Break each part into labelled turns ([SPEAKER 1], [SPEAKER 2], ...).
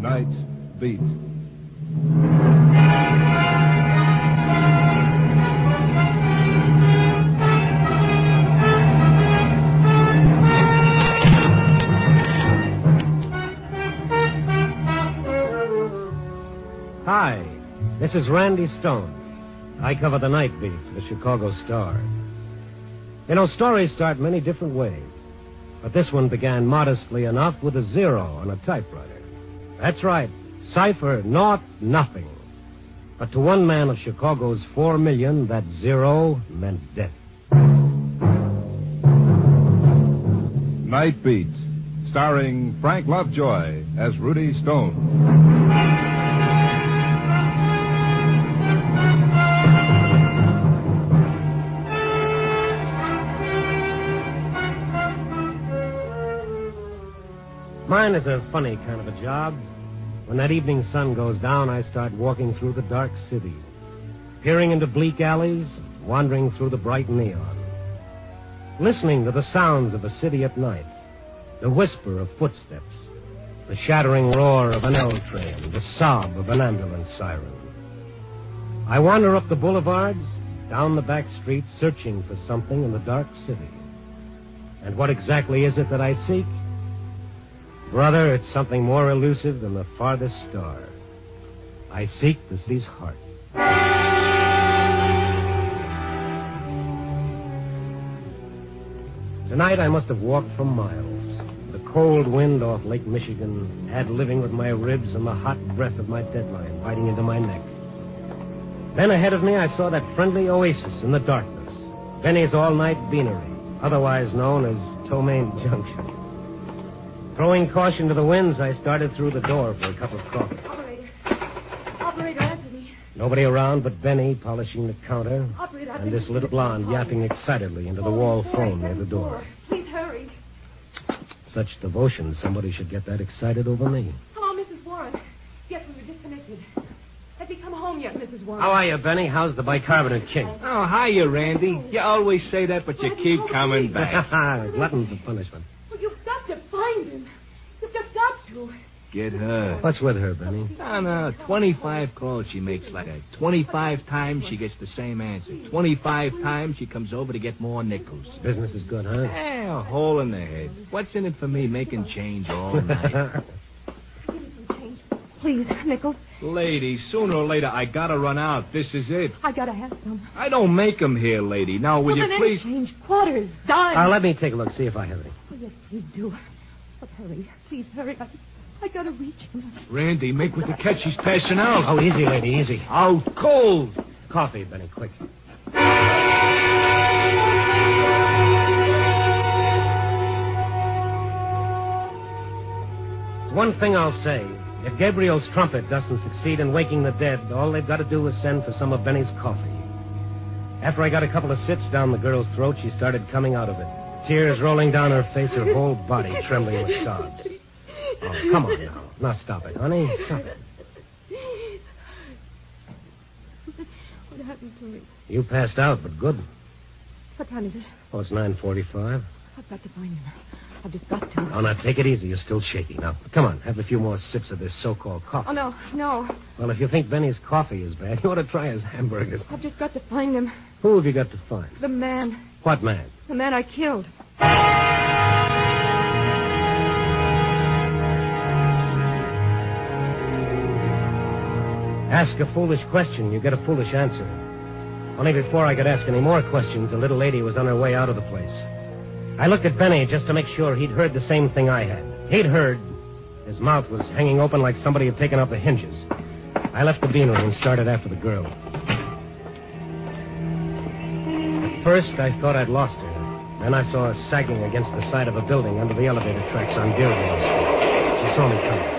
[SPEAKER 1] Night Beat.
[SPEAKER 2] Hi, this is Randy Stone. I cover the night beat for the Chicago Star. You know, stories start many different ways, but this one began modestly enough with a zero on a typewriter. That's right, cipher, naught, nothing. But to one man of Chicago's four million, that zero meant death.
[SPEAKER 1] Night Beat. Starring Frank Lovejoy as Rudy Stone.
[SPEAKER 2] Mine is a funny kind of a job. When that evening sun goes down, I start walking through the dark city, peering into bleak alleys, wandering through the bright neon, listening to the sounds of a city at night, the whisper of footsteps, the shattering roar of an L train, the sob of an ambulance siren. I wander up the boulevards, down the back streets, searching for something in the dark city. And what exactly is it that I seek? Brother, it's something more elusive than the farthest star. I seek the city's heart. Tonight I must have walked for miles. The cold wind off Lake Michigan had living with my ribs and the hot breath of my deadline biting into my neck. Then ahead of me I saw that friendly oasis in the darkness. Benny's All Night Beanery, otherwise known as Tomaine Junction. Throwing caution to the winds, I started through the door for a cup of coffee.
[SPEAKER 3] Operator. Operator, answer me.
[SPEAKER 2] Nobody around but Benny polishing the counter
[SPEAKER 3] Operator, I've
[SPEAKER 2] and
[SPEAKER 3] been-
[SPEAKER 2] this little blonde yapping excitedly into the wall phone near the door.
[SPEAKER 3] Please hurry.
[SPEAKER 2] Such devotion, somebody should get that excited over me.
[SPEAKER 3] Hello, Mrs. Warren. Yes, we were disconnected. Have you come home yet, Mrs. Warren?
[SPEAKER 2] How are you, Benny? How's the bicarbonate king?
[SPEAKER 4] Oh, hiya, Randy. You always say that, but you keep coming back.
[SPEAKER 2] Glutton for punishment.
[SPEAKER 3] Well, you've got to find him. You've just got to.
[SPEAKER 4] Get her.
[SPEAKER 2] What's with her, Benny?
[SPEAKER 4] No, Ah, no. 25 calls she makes like that. 25 times she gets the same answer. 25 times she comes over to get more nickels.
[SPEAKER 2] Business is good, huh?
[SPEAKER 4] Eh, a hole in the head. What's in it for me making change all night?
[SPEAKER 3] Give me some change. Please, Nichols.
[SPEAKER 4] lady, sooner or later, I gotta run out. This is it.
[SPEAKER 3] I gotta have some.
[SPEAKER 4] I don't make 'em here, lady. Now, will
[SPEAKER 3] Well,
[SPEAKER 4] you
[SPEAKER 3] then
[SPEAKER 4] please...
[SPEAKER 3] any change. Quarters, dimes.
[SPEAKER 2] uh, let me take a look, see if I have any.
[SPEAKER 3] Oh, yes, please do. But hurry. Please hurry. I, I gotta reach him.
[SPEAKER 4] Randy, make with the catch. She's passing out.
[SPEAKER 2] Oh, easy, lady, easy.
[SPEAKER 4] Out cold.
[SPEAKER 2] Coffee, Benny, quick. It's One thing I'll say. If Gabriel's trumpet doesn't succeed in waking the dead, all they've got to do is send for some of Benny's coffee. After I got a couple of sips down the girl's throat, she started coming out of it. Tears rolling down her face, her whole body trembling with sobs. Oh, come on now. Now stop it, honey. Stop it.
[SPEAKER 3] What happened to me?
[SPEAKER 2] You passed out, but good.
[SPEAKER 3] What time is it?
[SPEAKER 2] Oh, it's 945.
[SPEAKER 3] I've got to find him. I've just got to.
[SPEAKER 2] Oh, now take it easy. You're still shaky. Now, come on, have a few more sips of this so-called coffee.
[SPEAKER 3] Oh, no, no.
[SPEAKER 2] Well, if you think Benny's coffee is bad, you ought to try his hamburgers.
[SPEAKER 3] I've just got to find him.
[SPEAKER 2] Who have you got to find?
[SPEAKER 3] The man.
[SPEAKER 2] What man?
[SPEAKER 3] The man I killed.
[SPEAKER 2] Ask a foolish question, you get a foolish answer. Only before I could ask any more questions, the little lady was on her way out of the place. I looked at Benny just to make sure he'd heard the same thing I had. He'd heard. His mouth was hanging open like somebody had taken out the hinges. I left the beanery and started after the girl. At first, I thought I'd lost her. Then I saw her sagging against the side of a building under the elevator tracks on Dearborn Street. She saw me coming.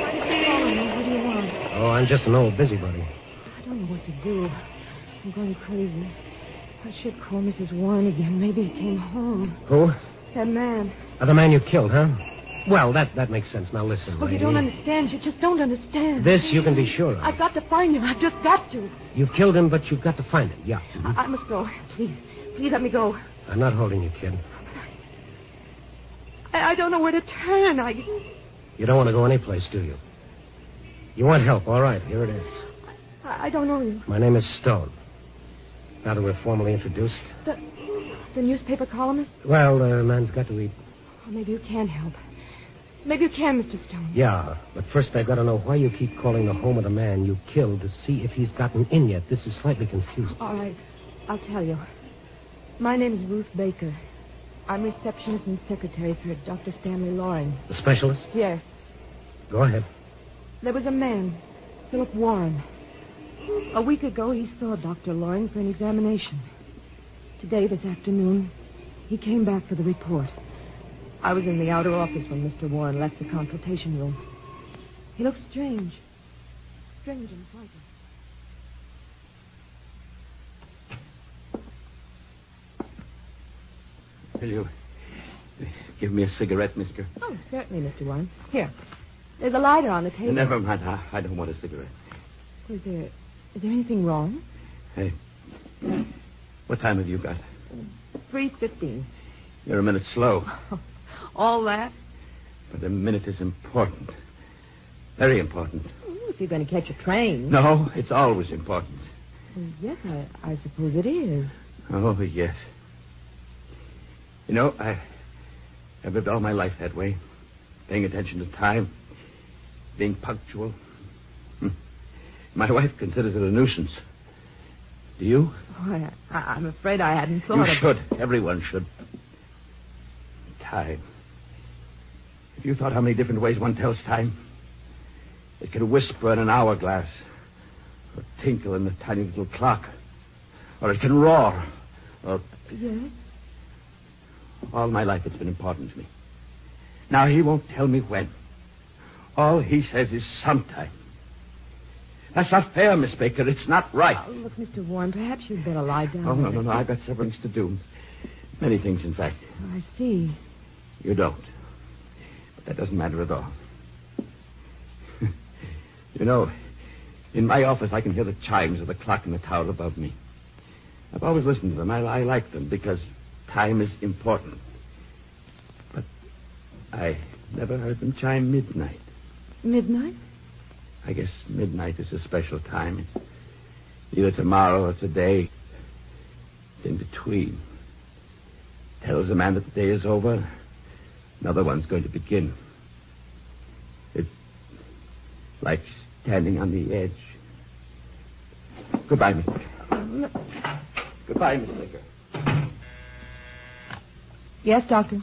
[SPEAKER 3] Why did you call him? What do you want?
[SPEAKER 2] Oh, I'm just an old busybody.
[SPEAKER 3] I don't know what to do. I'm going crazy. I should call Mrs. Warren again. Maybe he came home.
[SPEAKER 2] Who?
[SPEAKER 3] That man.
[SPEAKER 2] Uh, the man you killed, huh? Well, that, that makes sense. Now listen.
[SPEAKER 3] Oh, you
[SPEAKER 2] lady.
[SPEAKER 3] don't understand. You just don't understand.
[SPEAKER 2] This you can be sure of.
[SPEAKER 3] I've got to find him. I've just got to.
[SPEAKER 2] You've killed him, but you've got to find him. Yeah.
[SPEAKER 3] I, I must go. Please. Please let me go.
[SPEAKER 2] I'm not holding you, kid.
[SPEAKER 3] I, I don't know where to turn. I,
[SPEAKER 2] You don't want to go anyplace, do you? You want help, all right. Here it is.
[SPEAKER 3] I I don't know you.
[SPEAKER 2] My name is Stone. Now that we're formally introduced.
[SPEAKER 3] The, the newspaper columnist?
[SPEAKER 2] Well, uh, man's got to eat.
[SPEAKER 3] Or maybe you can help. Maybe you can, Mr. Stone.
[SPEAKER 2] Yeah, but first I've got to know why you keep calling the home of the man you killed to see if he's gotten in yet. This is slightly confusing.
[SPEAKER 3] All right. I'll tell you. My name is Ruth Baker. I'm receptionist and secretary for Dr. Stanley Loring.
[SPEAKER 2] The specialist?
[SPEAKER 3] Yes.
[SPEAKER 2] Go ahead.
[SPEAKER 3] There was a man, Philip Warren. A week ago, he saw Dr. Loring for an examination. Today, this afternoon, he came back for the report. I was in the outer office when Mr. Warren left the consultation room. He looked strange. Strange and frightened.
[SPEAKER 5] Will you give me a cigarette, mister?
[SPEAKER 3] Oh, certainly, Mr. Warren. Here. There's a lighter on the table.
[SPEAKER 5] Never mind. I, I don't want a cigarette.
[SPEAKER 3] Is there, is there anything wrong?
[SPEAKER 5] Hey, what time have you got?
[SPEAKER 3] 3.15.
[SPEAKER 5] You're a minute slow,
[SPEAKER 3] All that?
[SPEAKER 5] but a minute is important. Very important.
[SPEAKER 3] Oh, If you're going to catch a train.
[SPEAKER 5] No, it's always important.
[SPEAKER 3] Yes, I, I suppose it is.
[SPEAKER 5] Oh, yes. You know, I, I've lived all my life that way, paying attention to time, being punctual. Hmm. My wife considers it a nuisance. Do you?
[SPEAKER 3] Why, Oh, I, I'm afraid I hadn't thought
[SPEAKER 5] You
[SPEAKER 3] of
[SPEAKER 5] should. Everyone should. Time. Have you thought how many different ways one tells time? It can whisper in an hourglass, or tinkle in the tiny little clock, or it can roar. Or
[SPEAKER 3] Yes?
[SPEAKER 5] all my life it's been important to me. Now he won't tell me when. All he says is sometime. That's not fair, Miss Baker. It's not right.
[SPEAKER 3] Oh, look, Mr. Warren, perhaps you'd better lie down.
[SPEAKER 5] Oh, no, no, no. I've got several things to do. Many things, in fact.
[SPEAKER 3] I see.
[SPEAKER 5] You don't. But that doesn't matter at all. you know, in my office, I can hear the chimes of the clock in the tower above me. I've always listened to them. I, I like them because time is important. But I never heard them chime midnight.
[SPEAKER 3] Midnight?
[SPEAKER 5] I guess midnight is a special time. It's either tomorrow or today. It's in between. Tells a man that the day is over. Another one's going to begin. It's like standing on the edge. Goodbye, Miss Baker. Goodbye, Miss Baker.
[SPEAKER 3] Yes, Doctor.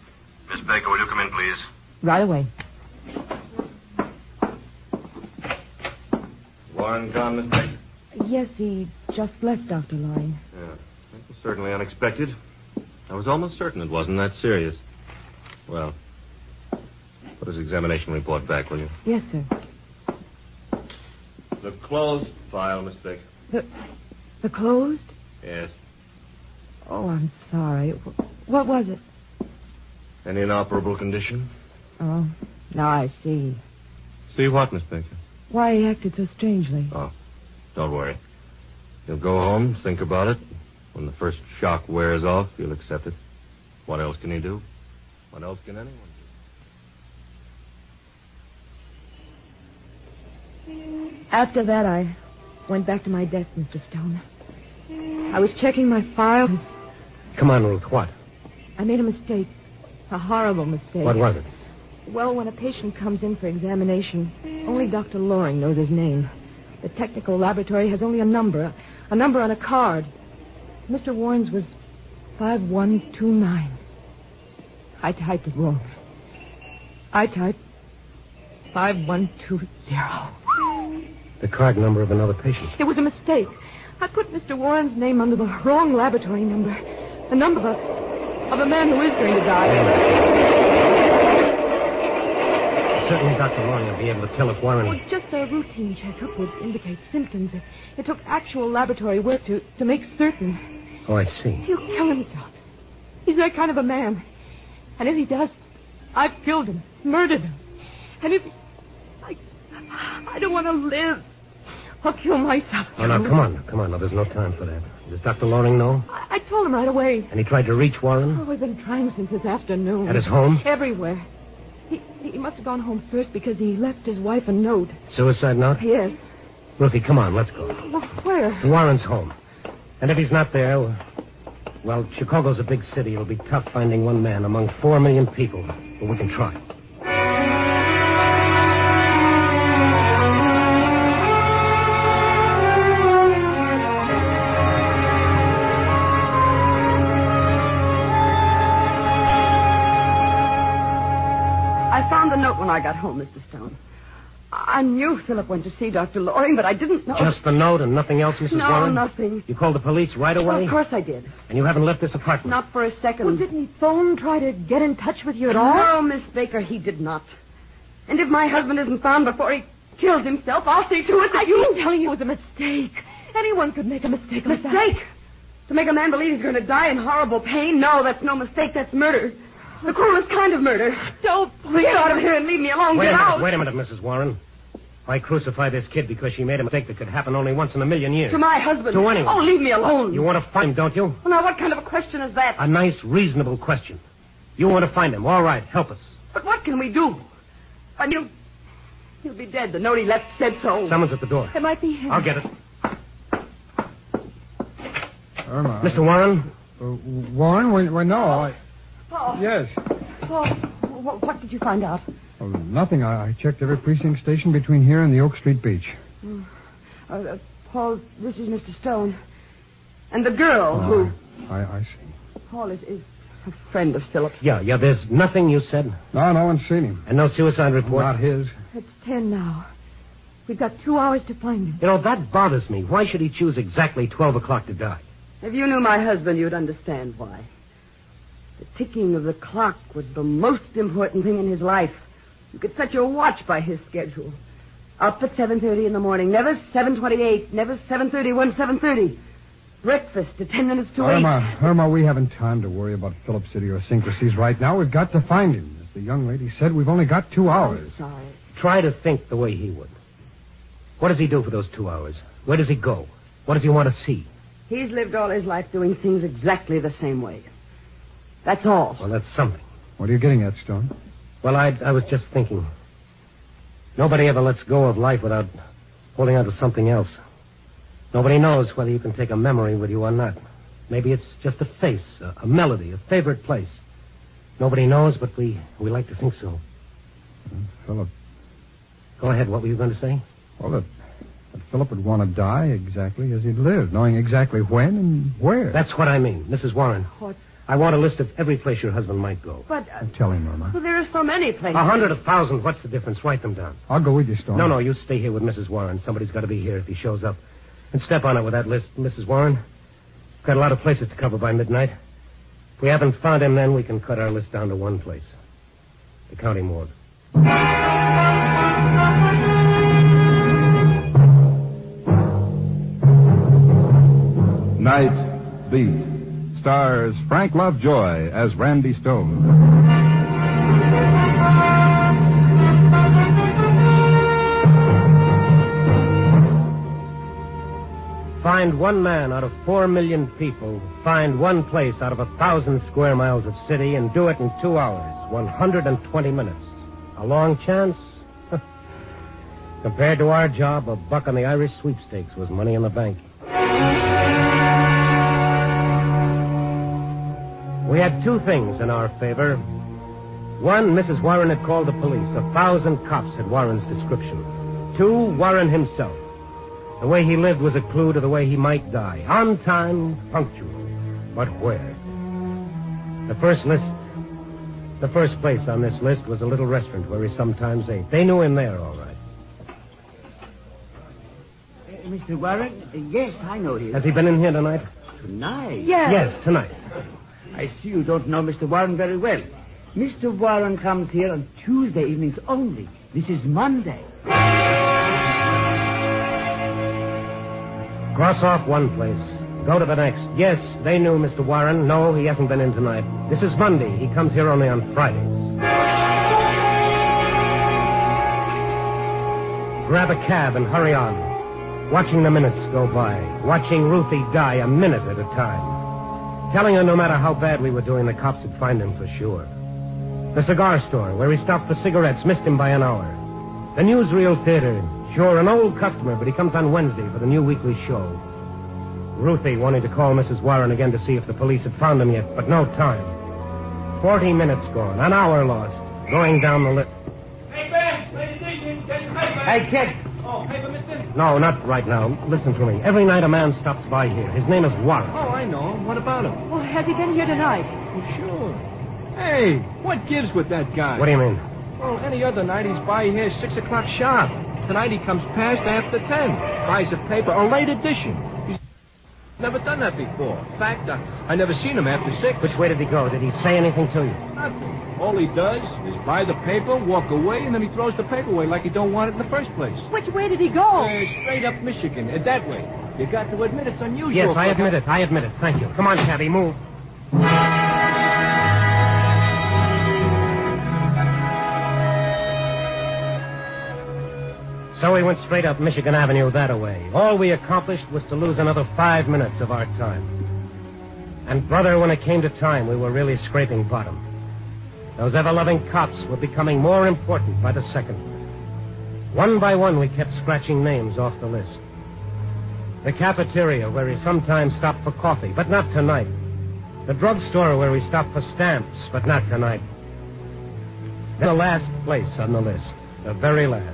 [SPEAKER 6] Miss Baker, will you come in, please?
[SPEAKER 3] Right away.
[SPEAKER 6] Warren gone, Miss Baker?
[SPEAKER 3] Yes, he just left Dr. Loring.
[SPEAKER 6] Yeah. That was certainly unexpected. I was almost certain it wasn't that serious. Well, put his examination report back, will you?
[SPEAKER 3] Yes, sir.
[SPEAKER 6] The closed file, Miss Baker.
[SPEAKER 3] The, the closed?
[SPEAKER 6] Yes.
[SPEAKER 3] Oh, I'm sorry. Wh- What was it?
[SPEAKER 6] An inoperable condition?
[SPEAKER 3] Oh, now I see.
[SPEAKER 6] See what, Miss Baker?
[SPEAKER 3] Why he acted so strangely.
[SPEAKER 6] Oh, don't worry. You'll go home, think about it. When the first shock wears off, you'll accept it. What else can he do? What else can anyone do?
[SPEAKER 3] After that, I went back to my desk, Mr. Stone. I was checking my file.
[SPEAKER 2] Come on, Ruth. What?
[SPEAKER 3] I made a mistake. A horrible mistake.
[SPEAKER 2] What was it?
[SPEAKER 3] Well, when a patient comes in for examination, only Dr. Loring knows his name. The technical laboratory has only a number, a number on a card. Mr. Warren's was 5129. I typed it wrong. I typed 5120.
[SPEAKER 2] The card number of another patient.
[SPEAKER 3] It was a mistake. I put Mr. Warren's name under the wrong laboratory number. The number of a, of a man who is going to die.
[SPEAKER 2] Certainly, Dr. Loring will be able to tell if Warren.
[SPEAKER 3] Well, just a routine checkup would indicate symptoms. It, it took actual laboratory work to, to make certain.
[SPEAKER 2] Oh, I see.
[SPEAKER 3] He'll kill himself. He's that kind of a man. And if he does, I've killed him, murdered him. And if I, I don't want to live. I'll kill myself.
[SPEAKER 2] Oh, now, come on. now, Come on. Now, there's no time for that. Does Dr. Loring know?
[SPEAKER 3] I, I told him right away.
[SPEAKER 2] And he tried to reach Warren?
[SPEAKER 3] Oh, we've been trying since this afternoon.
[SPEAKER 2] At his home?
[SPEAKER 3] Everywhere. He, he must have gone home first because he left his wife a note.
[SPEAKER 2] Suicide note?
[SPEAKER 3] Yes.
[SPEAKER 2] Ruthie, come on. Let's go.
[SPEAKER 3] Well, where?
[SPEAKER 2] To Warren's home. And if he's not there, well, well, Chicago's a big city. It'll be tough finding one man among four million people. But we can try.
[SPEAKER 7] I found the note when I got home, Mr. Stone. I knew Philip went to see Dr. Loring, but I didn't know.
[SPEAKER 2] Just the note and nothing else, Mrs.
[SPEAKER 7] no,
[SPEAKER 2] Warren?
[SPEAKER 7] nothing.
[SPEAKER 2] You called the police right away?
[SPEAKER 7] Well, of course I did.
[SPEAKER 2] And you haven't left this apartment?
[SPEAKER 7] Not for a second.
[SPEAKER 3] Well, didn't he phone, try to get in touch with you at all?
[SPEAKER 7] No, Miss Baker, he did not. And if my husband isn't found before he kills himself, I'll see to it that you
[SPEAKER 3] I'm telling you it was a mistake. Anyone could make a mistake like that.
[SPEAKER 7] mistake. To make a man believe he's going to die in horrible pain? No, that's no mistake. That's murder. The cruelest kind of murder.
[SPEAKER 3] Don't please.
[SPEAKER 7] Get out of here and leave me alone.
[SPEAKER 2] Wait
[SPEAKER 7] Get
[SPEAKER 2] a minute,
[SPEAKER 7] out.
[SPEAKER 2] wait a minute, Mrs. Warren. Why crucify this kid because she made a mistake that could happen only once in a million years?
[SPEAKER 7] To my husband.
[SPEAKER 2] To anyone.
[SPEAKER 7] Oh, leave me alone.
[SPEAKER 2] You want to find him, don't you?
[SPEAKER 7] Well, now, what kind of a question is that?
[SPEAKER 2] A nice, reasonable question. You want to find him. All right, help us.
[SPEAKER 7] But what can we do? I mean, he'll be dead. The note he left said so.
[SPEAKER 2] Someone's at the door.
[SPEAKER 3] It might be him.
[SPEAKER 7] Uh,
[SPEAKER 2] I'll get it.
[SPEAKER 8] Irma.
[SPEAKER 2] Mr. Warren?
[SPEAKER 8] Uh, Warren, well, well, no, I...
[SPEAKER 7] Paul,
[SPEAKER 8] Yes.
[SPEAKER 7] Paul, what, what did you find out?
[SPEAKER 8] Oh, nothing. I, I checked every precinct station between here and the Oak Street beach.
[SPEAKER 7] Uh, uh, Paul, this is Mr. Stone. And the girl who.
[SPEAKER 2] Oh.
[SPEAKER 8] I, I see.
[SPEAKER 7] Paul is, is a friend of Philip's.
[SPEAKER 2] Yeah, yeah, there's nothing you said.
[SPEAKER 8] No, no one's seen him.
[SPEAKER 2] And no suicide report.
[SPEAKER 8] Not his.
[SPEAKER 3] It's ten now. We've got two hours to find him.
[SPEAKER 2] You know, that bothers me. Why should he choose exactly 12 o'clock to die?
[SPEAKER 7] If you knew my husband, you'd understand why. The ticking of the clock was the most important thing in his life. You could set your watch by his schedule. Up at 7.30 in the morning, never 7.28, never 7.31, 7.30. Breakfast at 10 minutes to 8.
[SPEAKER 8] Irma, Irma, we haven't time to worry about Philip's idiosyncrasies right now. We've got to find him. As the young lady said, we've only got two hours.
[SPEAKER 7] Sorry.
[SPEAKER 2] Try to think the way he would. What does he do for those two hours? Where does he go? What does he want to see?
[SPEAKER 7] He's lived all his life doing things exactly the same way. That's all.
[SPEAKER 2] Well, that's something.
[SPEAKER 8] What are you getting at, Stone?
[SPEAKER 2] Well, I, I was just thinking. Nobody ever lets go of life without holding on to something else. Nobody knows whether you can take a memory with you or not. Maybe it's just a face, a, a melody, a favorite place. Nobody knows, but we, we like to think so.
[SPEAKER 8] Philip.
[SPEAKER 2] Go ahead. What were you going to say?
[SPEAKER 8] Well, that, that Philip would want to die exactly as he'd lived, knowing exactly when and where.
[SPEAKER 2] That's what I mean, Mrs. Warren.
[SPEAKER 7] What?
[SPEAKER 2] I want a list of every place your husband might go.
[SPEAKER 7] But uh,
[SPEAKER 8] Tell him, Irma.
[SPEAKER 7] well, there are so many places.
[SPEAKER 2] A hundred, a thousand. What's the difference? Write them down.
[SPEAKER 8] I'll go with you, Stone.
[SPEAKER 2] No, no, you stay here with Mrs. Warren. Somebody's got to be here if he shows up. And step on it with that list, Mrs. Warren. We've got a lot of places to cover by midnight. If we haven't found him, then we can cut our list down to one place the county morgue.
[SPEAKER 1] Night Beat stars Frank Lovejoy as Randy Stone.
[SPEAKER 2] Find one man out of four million people. Find one place out of a thousand square miles of city and do it in two hours, 120 minutes. A long chance? Compared to our job, a buck on the Irish sweepstakes was money in the bank. We had two things in our favor. One, Mrs. Warren had called the police. A thousand cops had Warren's description. Two, Warren himself. The way he lived was a clue to the way he might die. On time, punctual. But where? The first list. The first place on this list was a little restaurant where he sometimes ate. They knew him there, all right.
[SPEAKER 4] Mr. Uh, Warren? Yes, I know you.
[SPEAKER 2] Has he been in here tonight?
[SPEAKER 4] Tonight?
[SPEAKER 3] Yes.
[SPEAKER 2] Yes, tonight.
[SPEAKER 4] I see you don't know Mr. Warren very well. Mr. Warren comes here on Tuesday evenings only. This is Monday.
[SPEAKER 2] Cross off one place. Go to the next. Yes, they knew Mr. Warren. No, he hasn't been in tonight. This is Monday. He comes here only on Fridays. Grab a cab and hurry on. watching the minutes go by, watching Ruthie die a minute at a time, telling her no matter how bad we were doing, the cops would find him for sure. The cigar store, where he stopped for cigarettes, missed him by an hour. The newsreel theater, sure, an old customer, but he comes on Wednesday for the new weekly show. Ruthie wanted to call Mrs. Warren again to see if the police had found him yet, but no time. Forty minutes gone, an hour lost, going down the list.
[SPEAKER 9] Paper! Ladies and gentlemen, get paper!
[SPEAKER 2] Hey, kid.
[SPEAKER 9] Oh, paper, mister?
[SPEAKER 2] No, not right now. Listen to me. Every night a man stops by here. His name is Warren.
[SPEAKER 9] Oh, I know. What about him? Oh,
[SPEAKER 3] Well, has he been here tonight?
[SPEAKER 9] Sure.
[SPEAKER 4] Hey, what gives with that guy?
[SPEAKER 2] What do you mean?
[SPEAKER 9] Well, any other night he's by here six o'clock sharp. Tonight he comes past after ten. Buys a paper, a late edition. He's never done that before. In fact, I, I never seen him after six.
[SPEAKER 2] Which way did he go? Did he say anything to you?
[SPEAKER 9] Nothing. All he does is buy the paper, walk away, and then he throws the paper away like he don't want it in the first place.
[SPEAKER 3] Which way did he
[SPEAKER 2] Oh.
[SPEAKER 3] go?
[SPEAKER 9] Uh, straight up Michigan, uh, that way. You got to admit it's unusual.
[SPEAKER 2] Yes, I
[SPEAKER 9] for-
[SPEAKER 2] admit it. I admit it. Thank you. Come on, Cabby, move. So we went straight up Michigan Avenue that way. All we accomplished was to lose another five minutes of our time. And, brother, when it came to time, we were really scraping bottom. Those ever loving cops were becoming more important by the second. One by one, we kept scratching names off the list. The cafeteria where he sometimes stopped for coffee, but not tonight. The drugstore where he stopped for stamps, but not tonight. Then the last place on the list, the very last.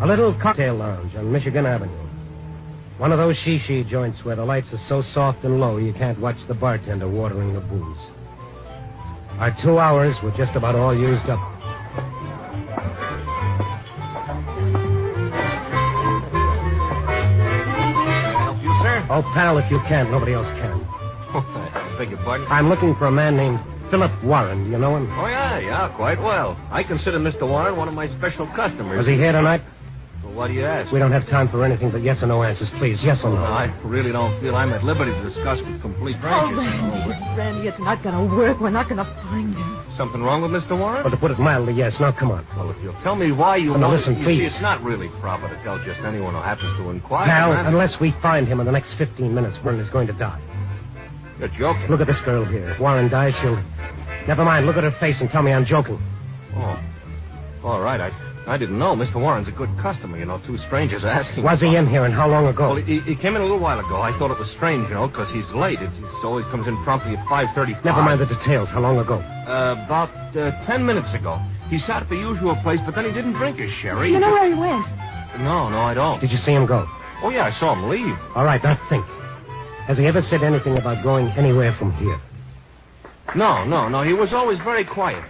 [SPEAKER 2] A little cocktail lounge on Michigan Avenue. One of those shishi joints where the lights are so soft and low you can't watch the bartender watering the booze. Our two hours were just about all used up. Oh, pal, if you can, nobody else can.
[SPEAKER 6] I beg your pardon?
[SPEAKER 2] I'm looking for a man named Philip Warren. Do you know him?
[SPEAKER 6] Oh, yeah, yeah, quite well. I consider Mr. Warren one of my special customers.
[SPEAKER 2] Was he here tonight?
[SPEAKER 6] Well, what do you ask?
[SPEAKER 2] We don't have time for anything but yes or no answers, please. Yes or
[SPEAKER 6] No,
[SPEAKER 2] no.
[SPEAKER 6] I really don't feel I'm at liberty to discuss with complete
[SPEAKER 3] Oh,
[SPEAKER 6] strangers.
[SPEAKER 3] Randy, Randy, it's not going to work. We're not going to find him.
[SPEAKER 6] Something wrong with Mr. Warren?
[SPEAKER 2] Well, to put it mildly, yes. Now, come on.
[SPEAKER 6] Well, if you'll tell me why you
[SPEAKER 2] Now,
[SPEAKER 6] know
[SPEAKER 2] listen,
[SPEAKER 6] you
[SPEAKER 2] please.
[SPEAKER 6] see, it's not really proper to tell just anyone who happens to inquire.
[SPEAKER 2] Pal,
[SPEAKER 6] man.
[SPEAKER 2] unless we find him in the next 15 minutes, Warren is going to die.
[SPEAKER 6] You're joking.
[SPEAKER 2] Look at this girl here. If Warren dies, she'll... Never mind. Look at her face and tell me I'm joking.
[SPEAKER 6] Oh. All right, I, I didn't know. Mr. Warren's a good customer, you know, two strangers asking.
[SPEAKER 2] Was he in here and how long ago?
[SPEAKER 6] Well, he, he came in a little while ago. I thought it was strange, you know, because he's late. It, it always comes in promptly at 5.35.
[SPEAKER 2] Never mind the details. How long ago?
[SPEAKER 6] Uh, about uh, ten minutes ago. He sat at the usual place, but then he didn't drink his sherry.
[SPEAKER 3] You know where he went?
[SPEAKER 6] No, no, I don't.
[SPEAKER 2] Did you see him go?
[SPEAKER 6] Oh, yeah, I saw him leave.
[SPEAKER 2] All right, now think. Has he ever said anything about going anywhere from here?
[SPEAKER 6] No, no, no. He was always very quiet.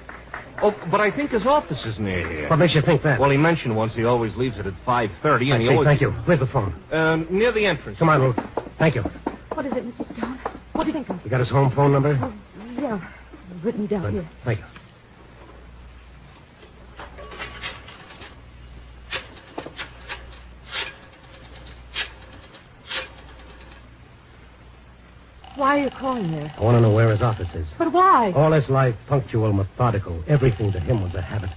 [SPEAKER 6] Oh, but I think his office is near here.
[SPEAKER 2] What makes you think that?
[SPEAKER 6] Well, he mentioned once he always leaves it at 5.30,
[SPEAKER 2] I
[SPEAKER 6] and he
[SPEAKER 2] see.
[SPEAKER 6] always...
[SPEAKER 2] Thank you. Where's the phone?
[SPEAKER 6] Uh, near the entrance.
[SPEAKER 2] Come on, Ruth. Thank you.
[SPEAKER 3] What is it, Mr. Stone? What do you think of
[SPEAKER 2] You got his home phone number?
[SPEAKER 3] Yeah, written down
[SPEAKER 2] Good.
[SPEAKER 3] here.
[SPEAKER 2] Thank you.
[SPEAKER 3] Why are you calling there? Oh.
[SPEAKER 2] I want to know where his office is.
[SPEAKER 3] But why?
[SPEAKER 2] All his life, punctual, methodical. Everything to him was a habit.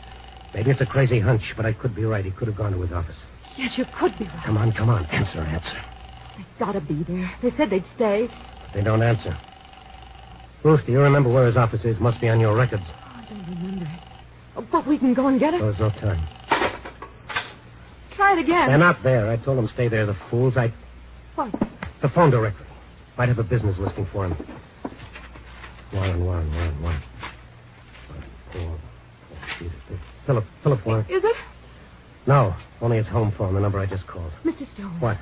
[SPEAKER 2] Maybe it's a crazy hunch, but I could be right. He could have gone to his office.
[SPEAKER 3] Yes, you could be right.
[SPEAKER 2] Come on, come on. Answer, answer.
[SPEAKER 3] They've got to be there. They said they'd stay.
[SPEAKER 2] They don't answer. Ruth, do you remember where his office is? Must be on your records.
[SPEAKER 3] Oh, I don't remember it. Oh, but we can go and get it.
[SPEAKER 2] Oh, there's no time.
[SPEAKER 3] Try it again.
[SPEAKER 2] They're not there. I told them stay there, the fools. I
[SPEAKER 3] What?
[SPEAKER 2] The phone directly. Might have a business listing for him. Warren, Warren, Warren, Warren. Warren, Paul. Philip, Philip Warren.
[SPEAKER 3] Is it?
[SPEAKER 2] No, only his home phone, the number I just called.
[SPEAKER 3] Mr. Stone.
[SPEAKER 2] What?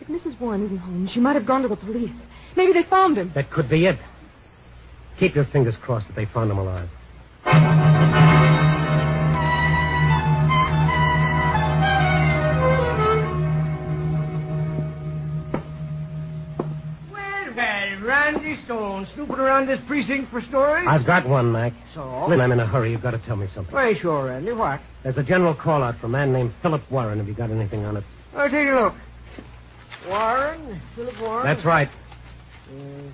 [SPEAKER 3] If Mrs. Warren isn't home, she might have gone to the police. Maybe they found him.
[SPEAKER 2] That could be it. Keep your fingers crossed that they found him alive.
[SPEAKER 9] Well, well, Randy Stone, snooping around this precinct for stories?
[SPEAKER 2] I've got one, Mac.
[SPEAKER 9] So?
[SPEAKER 2] Lynn, I'm in a hurry. You've got to tell me something.
[SPEAKER 9] Why, sure, Randy, what?
[SPEAKER 2] There's a general call out for a man named Philip Warren. Have you got anything on it?
[SPEAKER 9] Oh, take a look. Warren? Philip Warren?
[SPEAKER 2] That's right.
[SPEAKER 9] Mm,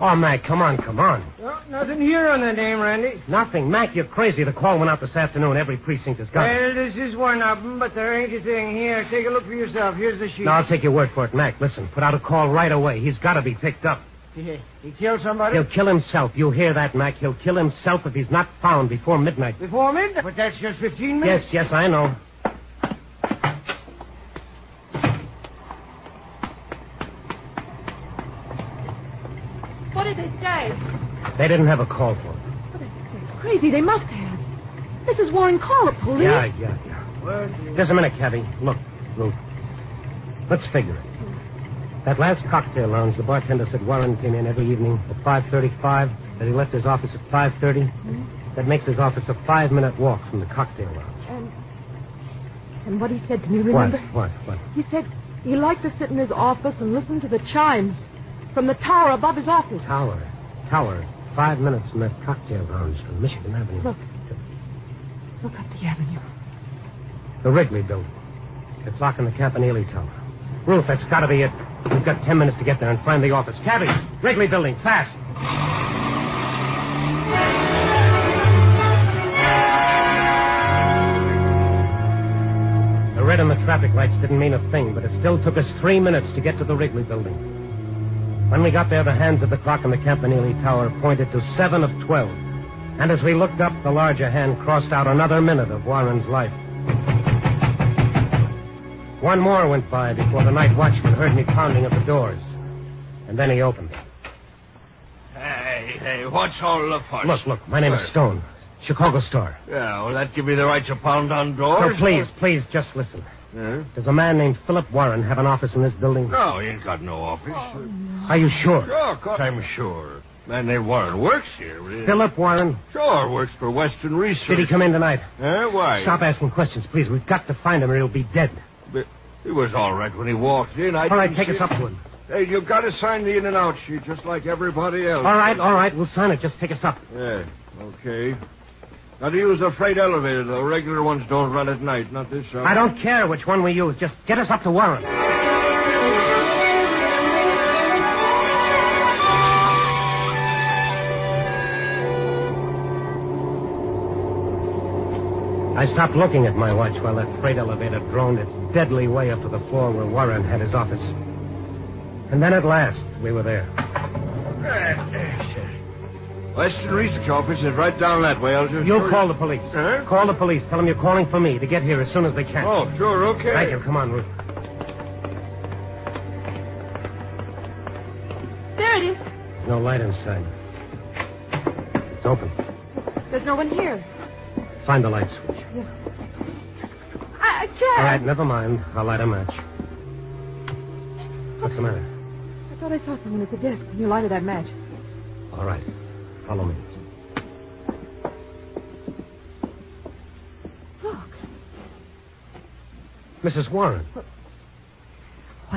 [SPEAKER 2] Oh, Mac, come on, come on.
[SPEAKER 10] Oh, nothing here on the name, Randy.
[SPEAKER 2] Nothing. Mac, you're crazy. The call went out this afternoon. Every precinct has got it.
[SPEAKER 10] Well, this is one of them, but there ain't a thing here. Take a look for yourself. Here's the sheet.
[SPEAKER 2] No, I'll take your word for it, Mac. Listen, put out a call right away. He's got to be picked up.
[SPEAKER 10] He, he killed somebody?
[SPEAKER 2] He'll kill himself. You hear that, Mac? He'll kill himself if he's not found before midnight.
[SPEAKER 10] Before midnight? But that's just 15
[SPEAKER 2] Yes,
[SPEAKER 10] minutes.
[SPEAKER 2] yes, I know.
[SPEAKER 3] What did they say?
[SPEAKER 2] They didn't have a call for it.
[SPEAKER 3] That's crazy. They must have. Mrs. Warren, call the police.
[SPEAKER 2] Yeah, yeah, yeah. Just a minute, Cabby. Look, Ruth. Let's figure it. That last cocktail lounge, the bartender said Warren came in every evening at 5.35, that he left his office at 5.30.
[SPEAKER 3] Mm-hmm.
[SPEAKER 2] That makes his office a five-minute walk from the cocktail lounge.
[SPEAKER 3] And, and what he said to me, remember?
[SPEAKER 2] What, what, what?
[SPEAKER 3] He said he liked to sit in his office and listen to the chimes from the tower above his office.
[SPEAKER 2] Tower. Tower. Five minutes from that cocktail lounge from Michigan Avenue.
[SPEAKER 3] Look. Look up the avenue.
[SPEAKER 2] The Wrigley building. The clock in the Campanile Tower. Ruth, that's got to be it. We've got ten minutes to get there and find the office. Cabby, Wrigley building, fast. The red and the traffic lights didn't mean a thing, but it still took us three minutes to get to the Wrigley building. When we got there, the hands of the clock in the Campanile Tower pointed to seven of twelve. And as we looked up, the larger hand crossed out another minute of Warren's life. One more went by before the night watchman heard me pounding at the doors. And then he opened.
[SPEAKER 6] Hey, hey, what's all the fuss? Uh,
[SPEAKER 2] Look, look, my name is Stone. Chicago Star.
[SPEAKER 6] Yeah, will that give me the right to pound on doors?
[SPEAKER 2] No, Oh, please, please, just listen.
[SPEAKER 6] Huh?
[SPEAKER 2] Does a man named Philip Warren have an office in this building?
[SPEAKER 6] No, he ain't got no office.
[SPEAKER 2] Are you sure?
[SPEAKER 6] Oh, Sure, of course I'm sure. Man named Warren works here.
[SPEAKER 2] Philip Warren,
[SPEAKER 6] Sure, works for Western Research.
[SPEAKER 2] did he come in tonight?
[SPEAKER 6] Huh? Why?
[SPEAKER 2] Stop asking questions, please. We've got to find him or he'll be dead.
[SPEAKER 6] He was all right when he walked in. I
[SPEAKER 2] All right,
[SPEAKER 6] didn't
[SPEAKER 2] take
[SPEAKER 6] see-
[SPEAKER 2] us up to him.
[SPEAKER 6] Hey, you've got to sign the in and out sheet just like everybody else.
[SPEAKER 2] All right, all right, we'll sign it. Just take us up.
[SPEAKER 6] Yeah, okay. Now, to use the freight elevator. The regular ones don't run at night, not this uh, hour.
[SPEAKER 2] I don't care which one we use. Just get us up to Warren. I stopped looking at my watch while that freight elevator droned its deadly way up to the floor where Warren had his office. And then at last, we were there.
[SPEAKER 6] Western Research Office is right down that way. I'll just...
[SPEAKER 2] You
[SPEAKER 6] show
[SPEAKER 2] call the police.
[SPEAKER 6] Huh?
[SPEAKER 2] Call the police. Tell them you're calling for me to get here as soon as they can.
[SPEAKER 6] Oh, sure, okay.
[SPEAKER 2] Thank you. Come on, Ruth.
[SPEAKER 3] There it is.
[SPEAKER 2] There's no light inside. It's open.
[SPEAKER 3] There's no one here.
[SPEAKER 2] Find the light switch.
[SPEAKER 3] I, I can't.
[SPEAKER 2] All right, never mind. I'll light a match. What's the matter?
[SPEAKER 3] I thought I saw someone at the desk when you lighted that match.
[SPEAKER 2] All right. Follow me.
[SPEAKER 3] Look.
[SPEAKER 2] Mrs. Warren.
[SPEAKER 3] What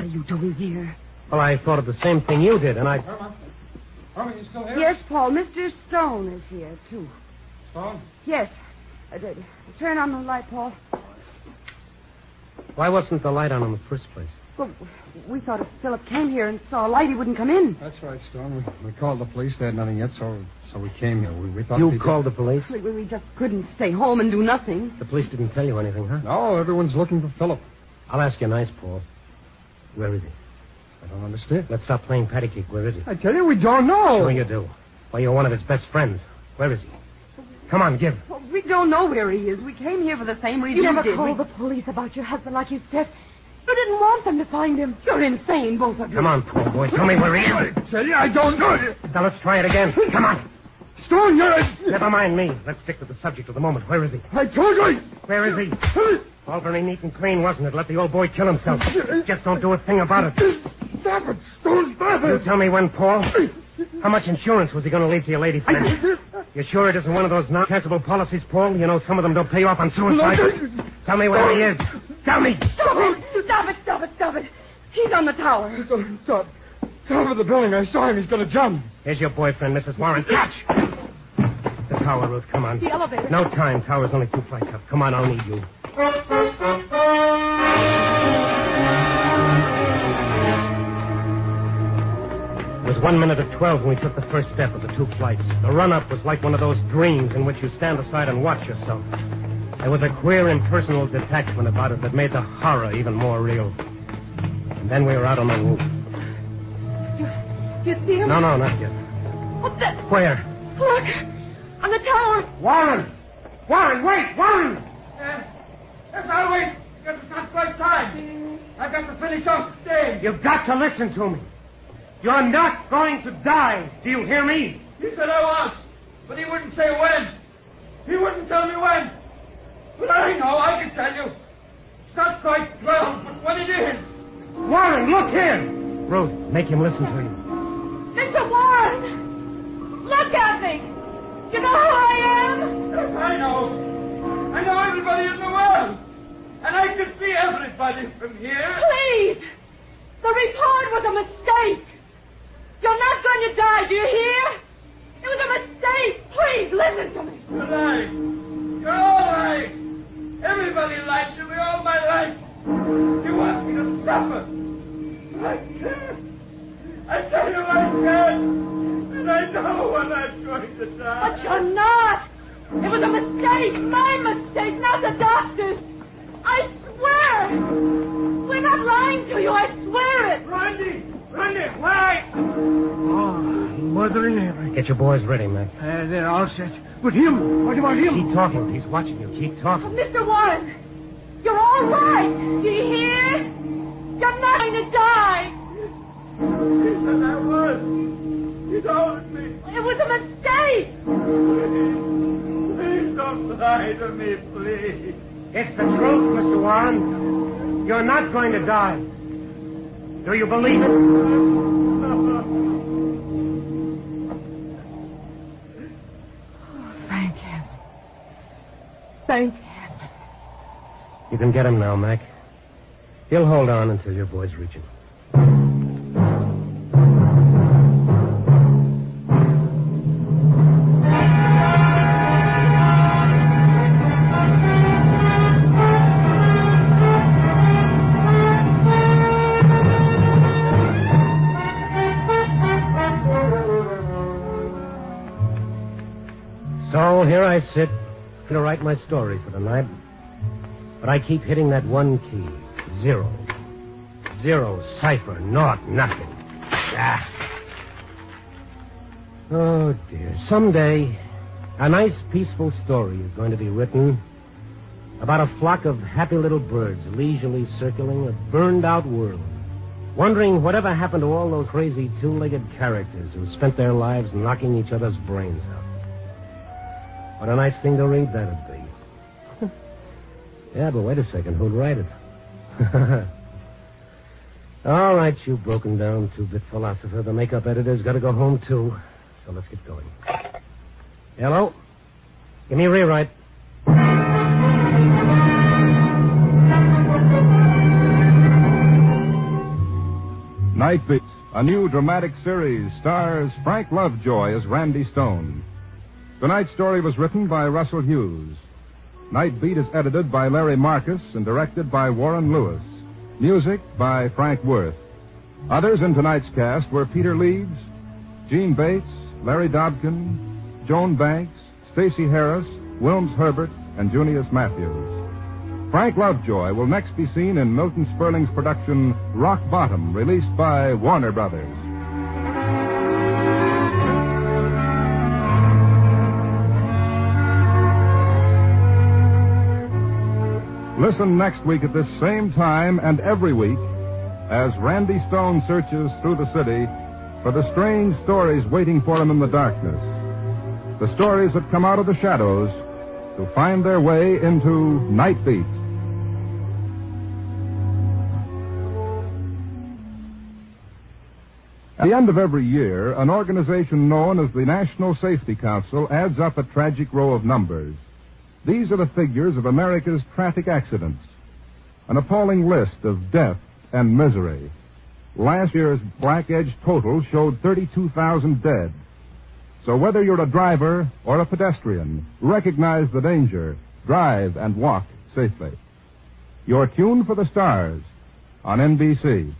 [SPEAKER 3] are you doing here?
[SPEAKER 2] Well, I thought of the same thing you did, and I.
[SPEAKER 8] Irma. Irma, you still there?
[SPEAKER 7] Yes, Paul. Mr. Stone is here, too.
[SPEAKER 8] Stone?
[SPEAKER 7] Yes. I did. Turn on the light, Paul.
[SPEAKER 2] Why wasn't the light on in the first place?
[SPEAKER 7] Well, we thought if Philip came here and saw a light, he wouldn't come in.
[SPEAKER 8] That's right, Stone. We, we called the police. They had nothing yet, so so we came here. We, we thought
[SPEAKER 2] you
[SPEAKER 8] people-
[SPEAKER 2] called the police?
[SPEAKER 7] We, we just couldn't stay home and do nothing.
[SPEAKER 2] The police didn't tell you anything, huh?
[SPEAKER 8] No, everyone's looking for Philip.
[SPEAKER 2] I'll ask you nice, Paul. Where is he?
[SPEAKER 8] I don't understand.
[SPEAKER 2] Let's stop playing patty cake. Where is he?
[SPEAKER 8] I tell you, we don't know.
[SPEAKER 2] Sure you do. Why, you're one of his best friends. Where is he? Come on, give.
[SPEAKER 7] Well, we don't know where he is. We came here for the same reason
[SPEAKER 3] You never
[SPEAKER 7] did.
[SPEAKER 3] called
[SPEAKER 7] We-
[SPEAKER 3] the police about your husband like you said. You didn't want them to find him.
[SPEAKER 7] You're insane, both of you.
[SPEAKER 2] Come on, Paul boy. Tell me where he is.
[SPEAKER 8] I tell you, I don't know.
[SPEAKER 2] Now let's try it again. Come on.
[SPEAKER 8] Stone, you're a...
[SPEAKER 2] Never mind me. Let's stick to the subject of the moment. Where is he?
[SPEAKER 8] I told you.
[SPEAKER 2] Where is he? All very neat and clean, wasn't it? Let the old boy kill himself. Just don't do a thing about it.
[SPEAKER 8] Stop it, Stone, stop
[SPEAKER 2] You
[SPEAKER 8] it.
[SPEAKER 2] tell me when, Paul. How much insurance was he going to leave to your lady friend? You sure it isn't one of those non-cancellable policies, Paul? You know some of them don't pay off on suicide. Tell me where he is. Tell me.
[SPEAKER 7] Stop it! Stop it! Stop it! Stop it! He's on the tower.
[SPEAKER 8] Stone, stop. Top of the building. I saw him. He's going to jump.
[SPEAKER 2] Here's your boyfriend, Mrs. Warren. Catch! The tower, Ruth. Come on.
[SPEAKER 3] The elevator.
[SPEAKER 2] No time. Tower's only two flights up. Come on, I'll need you. It was One minute at 12 when we took the first step of the two flights. The run up was like one of those dreams in which you stand aside and watch yourself. There was a queer impersonal detachment about it that made the horror even more real. And then we were out on the roof.
[SPEAKER 3] You see him?
[SPEAKER 2] No, no, not yet.
[SPEAKER 3] What's that?
[SPEAKER 2] Where?
[SPEAKER 3] Look! On the tower!
[SPEAKER 7] Warren! Warren, wait! Warren! Yes, I'll wait. Because it's not quite time. I've got to finish off the stage.
[SPEAKER 11] You've got to listen to me. You're not going to die. Do you hear me?
[SPEAKER 7] He said I was, but he wouldn't say when. He wouldn't tell me when. But I know, I can tell you. It's not quite 12, but when it is.
[SPEAKER 11] Warren, look here.
[SPEAKER 2] Ruth, make him listen to you.
[SPEAKER 3] Mr. Warren! Look at me! You know who I am?
[SPEAKER 7] Yes, I know. I know everybody in the world. And I can see everybody from here.
[SPEAKER 3] Please! The report was a mistake! You're not going to die, do you hear? It was a mistake! Please, listen to me!
[SPEAKER 7] You're lying. You're all lying. Everybody lied to me all my life. You want me to suffer. I can't. I tell you I can't. And I know when I'm going to die.
[SPEAKER 3] But you're not! It was a mistake! My mistake, not the doctor's! I swear! We're not lying to you, I swear it!
[SPEAKER 7] Randy! Randy, wait!
[SPEAKER 2] Mother in heaven. Get your boys ready, man.
[SPEAKER 11] Uh, they're all set. But him, what about him?
[SPEAKER 2] Keep talking. He's watching you. Keep talking.
[SPEAKER 3] Mr. Warren, you're all right. Do you hear? You're not going to die.
[SPEAKER 7] He said I was. He told me.
[SPEAKER 3] It was a mistake.
[SPEAKER 7] Please don't lie to me, please.
[SPEAKER 11] It's the truth, Mr. Warren. You're not going to die. Do you believe it?
[SPEAKER 12] Thank heaven. Thank heaven.
[SPEAKER 2] You can get him now, Mac. He'll hold on until your boys reach him. So here I sit to write my story for tonight. But I keep hitting that one key. Zero. Zero, cipher, naught, nothing. Ah. Oh dear. Someday, a nice peaceful story is going to be written about a flock of happy little birds leisurely circling a burned out world, wondering whatever happened to all those crazy two legged characters who spent their lives knocking each other's brains out. What a nice thing to read that'd be. yeah, but wait a second. Who'd write it? All right, you broken down two bit philosopher. The makeup editor's got to go home, too. So let's get going. Hello? Give me a rewrite.
[SPEAKER 1] Night Beat, a new dramatic series, stars Frank Lovejoy as Randy Stone. Tonight's story was written by Russell Hughes. Night Beat is edited by Larry Marcus and directed by Warren Lewis. Music by Frank Worth. Others in tonight's cast were Peter Leeds, Gene Bates, Larry Dobkin, Joan Banks, Stacy Harris, Wilms Herbert, and Junius Matthews. Frank Lovejoy will next be seen in Milton Sperling's production Rock Bottom, released by Warner Brothers. Listen next week at this same time and every week as Randy Stone searches through the city for the strange stories waiting for him in the darkness. The stories that come out of the shadows to find their way into Night Beat. At the end of every year, an organization known as the National Safety Council adds up a tragic row of numbers. These are the figures of America's traffic accidents. An appalling list of death and misery. Last year's Black Edge total showed 32,000 dead. So whether you're a driver or a pedestrian, recognize the danger, drive and walk safely. You're tuned for the stars on NBC.